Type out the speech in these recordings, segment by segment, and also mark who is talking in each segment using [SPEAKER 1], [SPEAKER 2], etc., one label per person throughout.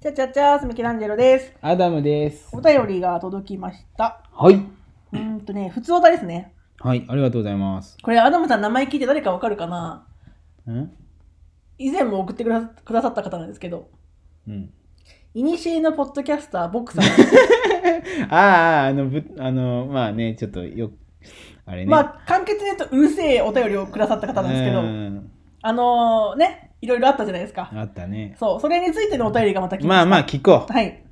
[SPEAKER 1] ちゃちゃちゃーす、ミケランジェロです。
[SPEAKER 2] アダムです。
[SPEAKER 1] お便りが届きました。
[SPEAKER 2] はい。
[SPEAKER 1] うーんとね、普通おたですね。
[SPEAKER 2] はい、ありがとうございます。
[SPEAKER 1] これ、アダムさん名前聞いて誰かわかるかなん以前も送ってくだくださった方なんですけど、
[SPEAKER 2] うん。
[SPEAKER 1] いにしえのポッドキャスター、ボックさん。
[SPEAKER 2] ああ、あの、ぶあの、まあね、ちょっとよ、あれね。
[SPEAKER 1] まあ、簡潔に言うと、うるせえお便りをくださった方なんですけど、
[SPEAKER 2] うん
[SPEAKER 1] あのー、ね、いろいろあったじゃないですか。
[SPEAKER 2] あったね。
[SPEAKER 1] そう、それについてのお便りがまた来ました。
[SPEAKER 2] まあまあ、聞こ
[SPEAKER 1] はい。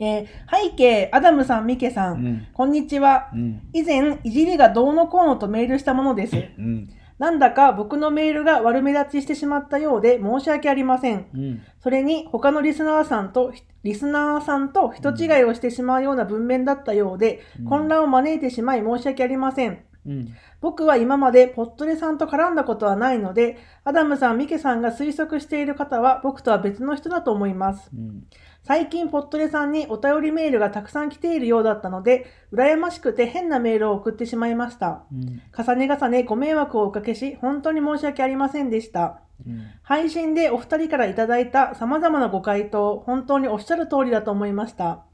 [SPEAKER 1] えー背景、アダムさん、ミケさ、
[SPEAKER 2] う。うんん。
[SPEAKER 1] こんにちは。
[SPEAKER 2] うん。
[SPEAKER 1] 以前、いじりがどうのこうのとメールしたものです。
[SPEAKER 2] うん。
[SPEAKER 1] なんだか僕のメールが悪目立ちしてしまったようで申し訳ありません。
[SPEAKER 2] うん。
[SPEAKER 1] それに他のリスナーさんと、リスナーさんと人違いをしてしまうような文面だったようで、
[SPEAKER 2] うん
[SPEAKER 1] 混乱を招いてしまい申し訳ありません。
[SPEAKER 2] うん。
[SPEAKER 1] 僕は今までポットレさんと絡んだことはないので、アダムさん、ミケさんが推測している方は僕とは別の人だと思います。
[SPEAKER 2] うん。
[SPEAKER 1] 最近ポットレさんにお便りメールがたくさん来ているようだったので、羨ましくて変なメールを送ってしまいました。
[SPEAKER 2] うん。
[SPEAKER 1] 重ね重ねご迷惑をおかけし、本当に申し訳ありませんでした。
[SPEAKER 2] うん
[SPEAKER 1] 配信でお二人からいただいた様々なご回答、本当におっしゃる通りだと思いました。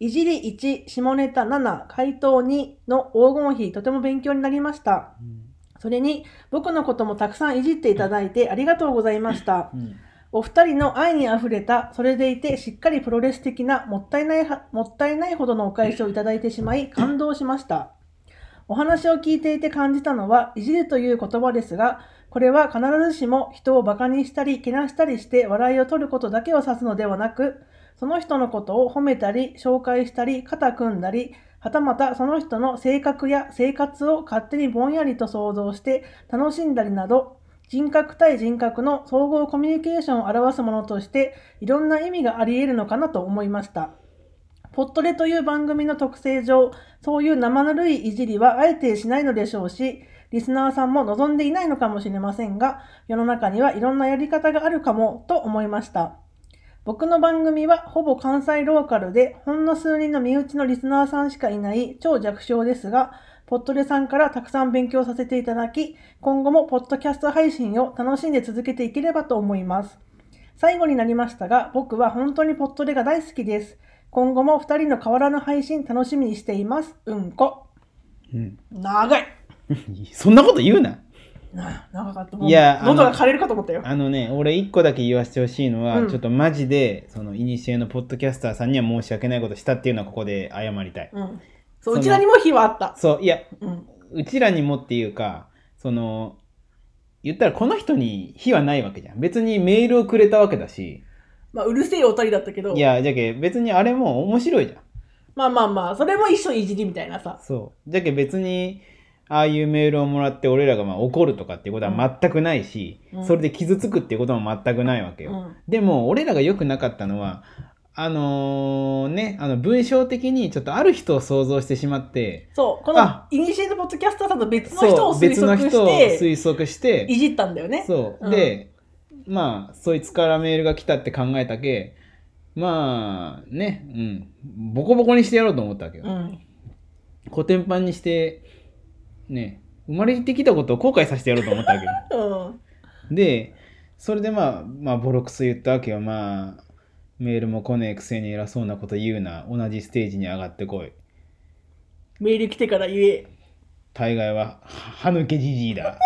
[SPEAKER 1] いじり1、下ネタ7、回答2の黄金比、とても勉強になりました。それに、僕のこともたくさんいじっていただいてありがとうございました
[SPEAKER 2] う。ん。
[SPEAKER 1] お二人の愛にあふれた、それでいてしっかりプロレス的な、もったいないは、もったいないほどのお返しをいただいてしまい、感動しました。お話を聞いていて感じたのは、いじるという言葉ですが、これは必ずしも人をバカにしたり、けなしたりして笑いを取ることだけを指すのではなく、その人のことを褒めたり、紹介したり、肩組んだり、はたまたその人の性格や生活を勝手にぼんやりと想像して楽しんだりなど、人格対人格の総合コミュニケーションを表すものとしていろんな意味があり得るのかなと思いました。ポットレという番組の特性上、そういう生ぬるいいじりはあえてしないのでしょうし、リスナーさんも望んでいないのかもしれませんが、世の中にはいろんなやり方があるかもと思いました。僕の番組はほぼ関西ローカルで、ほんの数人の身内のリスナーさんしかいない超弱小ですが、ポットレさんからたくさん勉強させていただき、今後もポッドキャスト配信を楽しんで続けていければと思います。最後になりましたが、僕は本当にポットレが大好きです。今後も2人の変わらぬ配信楽しみにしています。うんこ。
[SPEAKER 2] うん。
[SPEAKER 1] 長い。
[SPEAKER 2] そんなこと言うな。
[SPEAKER 1] な長かった。
[SPEAKER 2] いや
[SPEAKER 1] もう喉
[SPEAKER 2] あ
[SPEAKER 1] が
[SPEAKER 2] の
[SPEAKER 1] 枯れるかと思ったよ。
[SPEAKER 2] あのね、俺一個だけ言わせてほしいのは、
[SPEAKER 1] うん
[SPEAKER 2] ちょっとマジで、その、いにしえのポッドキャスターさんには申し訳ないことしたっていうのはここで謝りたい。
[SPEAKER 1] うん。そう、
[SPEAKER 2] その
[SPEAKER 1] うちらにも火はあった。
[SPEAKER 2] そう、いや、
[SPEAKER 1] うん。
[SPEAKER 2] うちらにもっていうかその言ったらこの人に非はないわけじゃん別にメールをくれたわけだし
[SPEAKER 1] まあ、うるせえおたりだったけど、
[SPEAKER 2] いやじゃけ別にあれも面白いじゃん
[SPEAKER 1] まあまあまあ、それも一緒いじりみたいなさ。
[SPEAKER 2] そうじゃけ別にああいうメールをもらって俺らがまあ怒るとかっていうことは全くないし、
[SPEAKER 1] うん
[SPEAKER 2] それで傷つくっていうことも全くないわけ
[SPEAKER 1] う
[SPEAKER 2] よ、
[SPEAKER 1] ん。
[SPEAKER 2] でも俺らが良くなかったのはあのーねあの文章的にちょっとある人を想像してしまって
[SPEAKER 1] そう、この
[SPEAKER 2] あ、
[SPEAKER 1] イニシエートポッドキャスターさんと別の人を
[SPEAKER 2] そう
[SPEAKER 1] 推
[SPEAKER 2] 別の
[SPEAKER 1] 測
[SPEAKER 2] 人を
[SPEAKER 1] して、
[SPEAKER 2] 推測して
[SPEAKER 1] いじったんだよね。
[SPEAKER 2] そう、
[SPEAKER 1] うん
[SPEAKER 2] でまあそいつからメールが来たって考えたけまあねうんボコボコにしてやろうと思ったわけよ、
[SPEAKER 1] うん。
[SPEAKER 2] コテンパンにしてね生まれてきたことを後悔させてやろうと思った わけよ
[SPEAKER 1] うん。
[SPEAKER 2] でそれでまあまあボロクス言ったわけよまあメールも来ねえくせに偉そうなこと言うな同じステージに上がってこい
[SPEAKER 1] メール来てから言え。
[SPEAKER 2] 大概はは歯抜けじじいだ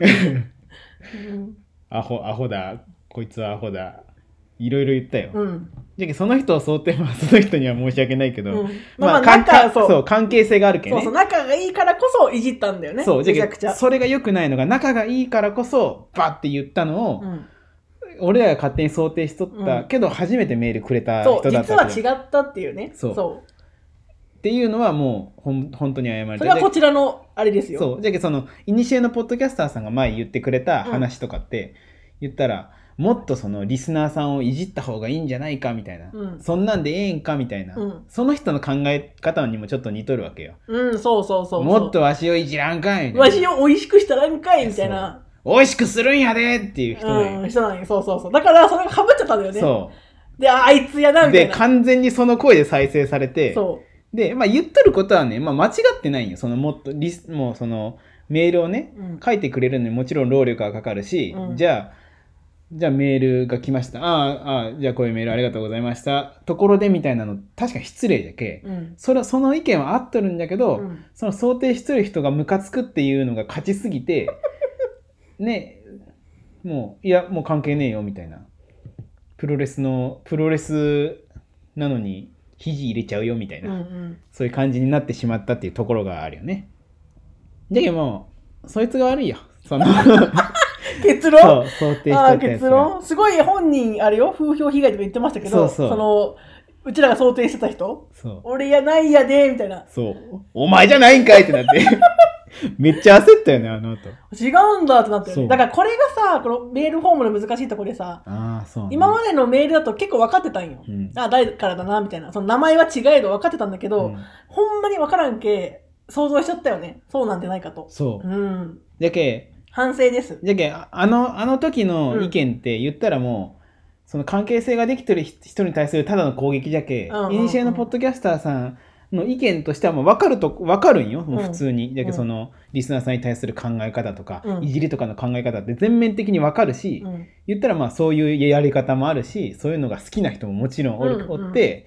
[SPEAKER 1] うん。
[SPEAKER 2] アホアホだこいつはアホだいろいろ言ったよ、
[SPEAKER 1] うん。
[SPEAKER 2] じゃけその人を想定はその人には申し訳ないけど、
[SPEAKER 1] うんまあ、
[SPEAKER 2] かん
[SPEAKER 1] 仲、
[SPEAKER 2] か
[SPEAKER 1] そう。
[SPEAKER 2] そう関係性があるけん
[SPEAKER 1] そ
[SPEAKER 2] ね
[SPEAKER 1] うそう、仲がいいからこそいじったんだよね。
[SPEAKER 2] そう
[SPEAKER 1] め
[SPEAKER 2] じ
[SPEAKER 1] ち
[SPEAKER 2] ゃ
[SPEAKER 1] ゃ
[SPEAKER 2] け
[SPEAKER 1] くちゃ。
[SPEAKER 2] それが良くないのが仲がいいからこそバッて言ったのを、
[SPEAKER 1] うん
[SPEAKER 2] 俺らが勝手に想定しとった、
[SPEAKER 1] うん
[SPEAKER 2] けど初めてメールくれた
[SPEAKER 1] そ
[SPEAKER 2] 人
[SPEAKER 1] う、
[SPEAKER 2] だっ
[SPEAKER 1] 実
[SPEAKER 2] た
[SPEAKER 1] は
[SPEAKER 2] っていう
[SPEAKER 1] 違ったっていうね。そ。
[SPEAKER 2] そううっていうのはもうほん本当に謝り
[SPEAKER 1] そ
[SPEAKER 2] たい
[SPEAKER 1] れは
[SPEAKER 2] じゃ
[SPEAKER 1] こちらのあれです
[SPEAKER 2] け
[SPEAKER 1] よ。
[SPEAKER 2] そうじゃけそのいにしえのポッドキャスターさんが前言ってくれた話とかって、言ったらもっとそのリスナーさんをいじった方がいいんじゃないかみたいな、
[SPEAKER 1] うん
[SPEAKER 2] そんなんでええんかみたいな、
[SPEAKER 1] うん
[SPEAKER 2] その人の考え方にもちょっと似とるわけよ。
[SPEAKER 1] うん、そうそうそうそう。
[SPEAKER 2] もっとわしをいじらんかいみたいな
[SPEAKER 1] わしを美味しくしたらんかいみたいな。
[SPEAKER 2] 美味しくするんやでっていう人ね、
[SPEAKER 1] うん、人なんよそうそうそう。だから、それがかぶっちゃったんだよね。
[SPEAKER 2] そ
[SPEAKER 1] で、ああいつやな、
[SPEAKER 2] う
[SPEAKER 1] みた
[SPEAKER 2] で
[SPEAKER 1] いな。
[SPEAKER 2] 完全にその声で再生されて
[SPEAKER 1] そ
[SPEAKER 2] で、まあ、言っとることはね、まあ、間違ってないんよそのもっとリスもうそのメールをね
[SPEAKER 1] う。うん。
[SPEAKER 2] 書いてくれるのにもちろん労力がかかるし、
[SPEAKER 1] うん
[SPEAKER 2] じゃあじゃあメールが来ました。ああ、ああ、じゃあこういうメールありがとうございました。ところでみたいなの、確かに失礼だけ。
[SPEAKER 1] うん
[SPEAKER 2] それその意見は合っとるんだけど、
[SPEAKER 1] うん
[SPEAKER 2] その想定してる人がムカつくっていうのが勝ちすぎ て、ね、もう、いや、もう関係ねえよみたいな。プロレスの、プロレスなのに肘入れちゃうよみたいな。
[SPEAKER 1] うん
[SPEAKER 2] そういう感じになってしまったっていうところがあるよね。じゃけどもう、そいつが悪いよ。その
[SPEAKER 1] 結
[SPEAKER 2] そ
[SPEAKER 1] 論
[SPEAKER 2] う想定し
[SPEAKER 1] あ
[SPEAKER 2] と
[SPEAKER 1] あ
[SPEAKER 2] ったやつ
[SPEAKER 1] 結
[SPEAKER 2] が。
[SPEAKER 1] 論すごい本人あれよ風評被害とか言ってましたけど
[SPEAKER 2] そうそう
[SPEAKER 1] のうちらが想定してた人
[SPEAKER 2] そう。
[SPEAKER 1] 俺やないやでみたいな
[SPEAKER 2] そう。お前じゃないんかいってな って。めっちゃ焦ったよね、あの後。
[SPEAKER 1] 違うんだってなって
[SPEAKER 2] そう
[SPEAKER 1] るだからこれがさこのメールフォームの難しいところでさ
[SPEAKER 2] ああ、そう、ね。
[SPEAKER 1] 今までのメールだと結構分かってたんよ、
[SPEAKER 2] うん。
[SPEAKER 1] あ誰からだなみたいなその名前は違えど分かってたんだけど、
[SPEAKER 2] うん
[SPEAKER 1] ほんまに分からんけ想像しちゃったよねそうなんじゃないかと
[SPEAKER 2] そうう。
[SPEAKER 1] ん
[SPEAKER 2] じゃけ、
[SPEAKER 1] 反省です
[SPEAKER 2] じゃけ、ああの、あの時の意見って言ったらもう、その関係性ができてる人に対するただの攻撃じゃけ、
[SPEAKER 1] うんうんうん
[SPEAKER 2] イニシエのポッドキャスターさんの意見としてはもう分かると分かるんよ、もう
[SPEAKER 1] うん
[SPEAKER 2] 普通に。じゃけ
[SPEAKER 1] うん
[SPEAKER 2] そのリスナーさんに対する考え方とか、
[SPEAKER 1] うん
[SPEAKER 2] いじりとかの考え方って全面的に分かるし、
[SPEAKER 1] うん
[SPEAKER 2] 言ったらまあそういうやり方もあるしそういうのが好きな人ももちろんおる、
[SPEAKER 1] うんうん
[SPEAKER 2] おって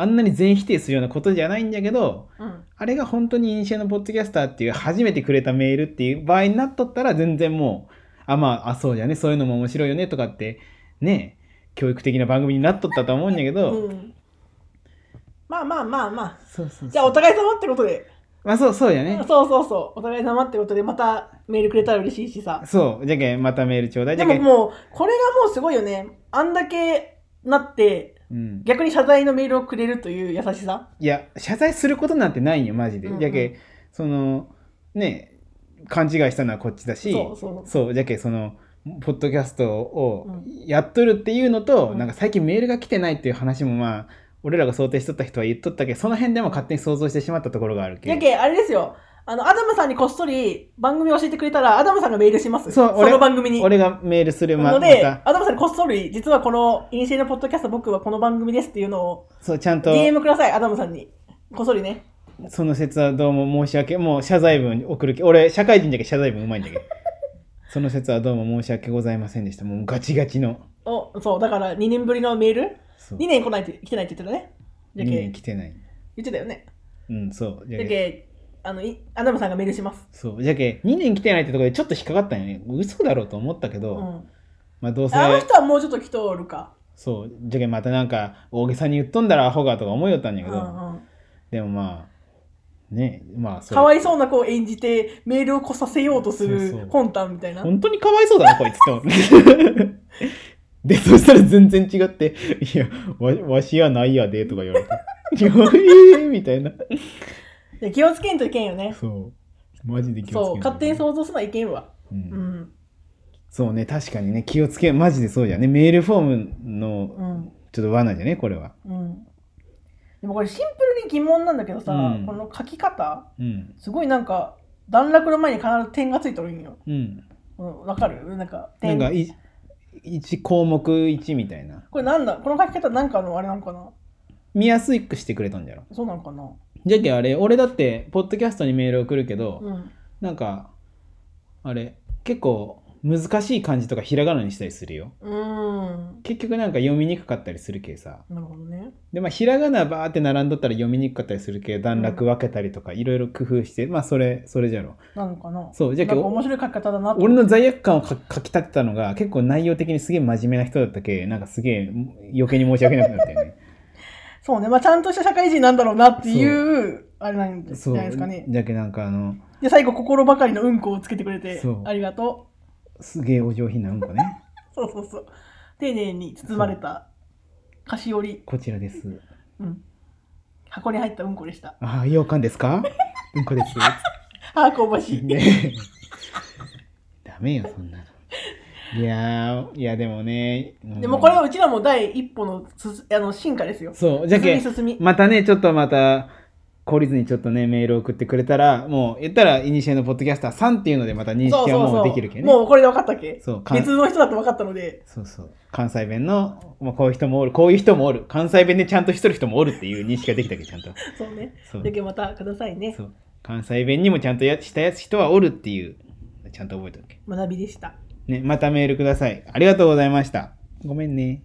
[SPEAKER 2] あんなに全否定するようなことじゃないんだけど
[SPEAKER 1] うん
[SPEAKER 2] あれが本当にイニシエのポッドキャスターっていう初めてくれたメールっていう場合になっとったら全然もうあまああそうじゃねそういうのも面白いよねとかって ね教育的な番組になっとったと思うんだけど、
[SPEAKER 1] うんまあまあまあまあ
[SPEAKER 2] そうそうそう
[SPEAKER 1] じゃあお互い様ってことで、
[SPEAKER 2] まあそうそうやね、
[SPEAKER 1] そうそうそうお互い様ってことでまたメールくれたら嬉しいしさ
[SPEAKER 2] そうじゃけんまたメールちょうだいじ
[SPEAKER 1] で
[SPEAKER 2] ゃけ
[SPEAKER 1] も
[SPEAKER 2] ん
[SPEAKER 1] もうこれがもうすごいよねあんだけなって
[SPEAKER 2] うん、
[SPEAKER 1] 逆に謝罪のメールをくれるという優しさ
[SPEAKER 2] いや謝罪することなんてないんよマジで、
[SPEAKER 1] うんうん
[SPEAKER 2] じゃけそのね勘違いしたのはこっちだし
[SPEAKER 1] そうそう
[SPEAKER 2] そうじゃけそのポッドキャスト
[SPEAKER 1] う
[SPEAKER 2] を
[SPEAKER 1] ん
[SPEAKER 2] やっとるっていうのと、
[SPEAKER 1] うん
[SPEAKER 2] なんか最近メールが来てないっていう話もまあ俺らが想定しとった人は言っとったけどその辺でも勝手に想像してしまったところがあるけ
[SPEAKER 1] やけあれですよあのアダムさんにこっそり番組を教えてくれたらアダムさんがメールします
[SPEAKER 2] そう俺
[SPEAKER 1] の番組に
[SPEAKER 2] 俺がメールする
[SPEAKER 1] な
[SPEAKER 2] ま
[SPEAKER 1] の
[SPEAKER 2] ま
[SPEAKER 1] で、
[SPEAKER 2] た
[SPEAKER 1] アダムさんにこっそり実はこの「陰性のポッドキャスト僕はこの番組です」っていうのを
[SPEAKER 2] そうちゃんと
[SPEAKER 1] DM くださいアダムさんにこっそりね
[SPEAKER 2] その説はどうも申し訳もう謝罪文送るけ俺社会人じゃけど謝罪文うまいんだけ どその説はどうも申し訳ございませんでしたもうガチガチの
[SPEAKER 1] おそうだから2年ぶりのメール
[SPEAKER 2] そう
[SPEAKER 1] 2年来ないって来てないって言ってたねじゃ
[SPEAKER 2] 2
[SPEAKER 1] け
[SPEAKER 2] 年来てない
[SPEAKER 1] 言ってたよね
[SPEAKER 2] うんそうじ
[SPEAKER 1] じ
[SPEAKER 2] ゃ
[SPEAKER 1] ゃ
[SPEAKER 2] け
[SPEAKER 1] けあのいアダムさんがメールします
[SPEAKER 2] そうじゃけ2年来てないってところでちょっと引っかかったんよね嘘だろうと思ったけ
[SPEAKER 1] う
[SPEAKER 2] ど、
[SPEAKER 1] ん、
[SPEAKER 2] まあどうせ
[SPEAKER 1] あの人はもうちょっと来とるか。
[SPEAKER 2] そうじゃけまたなんか大げさに言っとんだらアホがとか思いよったんやけど、
[SPEAKER 1] うんうん
[SPEAKER 2] でもまあねまあそ
[SPEAKER 1] かわ
[SPEAKER 2] れ
[SPEAKER 1] いそうな子を演じてメールをこさせようとす
[SPEAKER 2] そうそ
[SPEAKER 1] る
[SPEAKER 2] う
[SPEAKER 1] 魂胆みたいな。
[SPEAKER 2] 本当にかわいそうだなこいつって思ってでそしたら全然違って「いやわわしやないやで」とか言われ て「いやええみたいない
[SPEAKER 1] や気をつけんといけんよね。
[SPEAKER 2] そうマジで気をつけ
[SPEAKER 1] そう、勝手に
[SPEAKER 2] う、
[SPEAKER 1] 想像するのはいけんわ。
[SPEAKER 2] うん
[SPEAKER 1] うん。
[SPEAKER 2] そうね確かにね気をつけマジでそうじゃねメールフォーム
[SPEAKER 1] う
[SPEAKER 2] の
[SPEAKER 1] ん。
[SPEAKER 2] ちょっと罠じゃねこれは
[SPEAKER 1] うん。でもこれシンプルに疑問なんだけどさ、
[SPEAKER 2] うん
[SPEAKER 1] この書き方、
[SPEAKER 2] うん
[SPEAKER 1] すごいなんか、段落の前に必ず点がついてるんよ。
[SPEAKER 2] うん
[SPEAKER 1] うん、わかるなんか、
[SPEAKER 2] な
[SPEAKER 1] 点。
[SPEAKER 2] んかい1項目1みたいな
[SPEAKER 1] これなんだこの書き方なんかのあれなのかな
[SPEAKER 2] 見やすくしてくれたんじゃろ
[SPEAKER 1] そうなのかな
[SPEAKER 2] じゃけあれ俺だってポッドキャストにメール送るけど、
[SPEAKER 1] うん。
[SPEAKER 2] なんかあれ結構難しい漢字とかひらがなにしたりするよ
[SPEAKER 1] うん。
[SPEAKER 2] 結局なんか読みにくかったりするけさ
[SPEAKER 1] なるほどね。
[SPEAKER 2] でまあひらがなバーって並んどったら読みにくかったりするけ段落分けたりとかいろいろ工夫してまあそれそれじゃろ
[SPEAKER 1] なのかな
[SPEAKER 2] そうじゃけ
[SPEAKER 1] なんか面白い書き方だなと
[SPEAKER 2] 俺の罪悪感をか書き立てたのが結構内容的にすげえ真面目な人だったけなんかすげえ余計に申し訳なくなったよね
[SPEAKER 1] そうね、まあ、ちゃんとした社会人なんだろうなっていう、あれなん じゃ
[SPEAKER 2] そう
[SPEAKER 1] ないですかね。
[SPEAKER 2] じゃけなんかあの
[SPEAKER 1] で、最後、心ばかりのうんこをつけてくれて
[SPEAKER 2] そう、
[SPEAKER 1] ありがと
[SPEAKER 2] すげえお上品なうんこね
[SPEAKER 1] う。そうそうそう。丁寧に包まれた、菓子折り、
[SPEAKER 2] こちらです
[SPEAKER 1] うん。箱に入ったうんこでした。
[SPEAKER 2] ああ羊羹ですかうんこです
[SPEAKER 1] あー、香ばしい。
[SPEAKER 2] ね ダメよそんなのいやーいやでもね
[SPEAKER 1] でも、これ
[SPEAKER 2] は
[SPEAKER 1] はうちらも第一歩のすすあの進化ですよ。
[SPEAKER 2] そうじゃけ
[SPEAKER 1] 進み進み。
[SPEAKER 2] またねちょっとまた懲りずにちょっとねメール送ってくれたらもう言ったらイニシエのポッドキャスターさんっていうのでまた認識
[SPEAKER 1] そう
[SPEAKER 2] は
[SPEAKER 1] そう
[SPEAKER 2] も
[SPEAKER 1] そうう。
[SPEAKER 2] できるけどね
[SPEAKER 1] もうこれで分かったっけ
[SPEAKER 2] そうかん
[SPEAKER 1] 別の人だと分かったので、
[SPEAKER 2] そうそう関西弁の、まあ、こういう人もおるこういう人もおる関西弁でちゃんとしとる人もおるっていう認識ができたけどちゃんと
[SPEAKER 1] そうね。
[SPEAKER 2] そう
[SPEAKER 1] だけどまたくださいね
[SPEAKER 2] そ。う関西弁にもちゃんとやしたやつ人はおるっていうちゃんと覚えておけ
[SPEAKER 1] 学びでした。
[SPEAKER 2] ね、またメールください。ありがとうございました。ごめんね。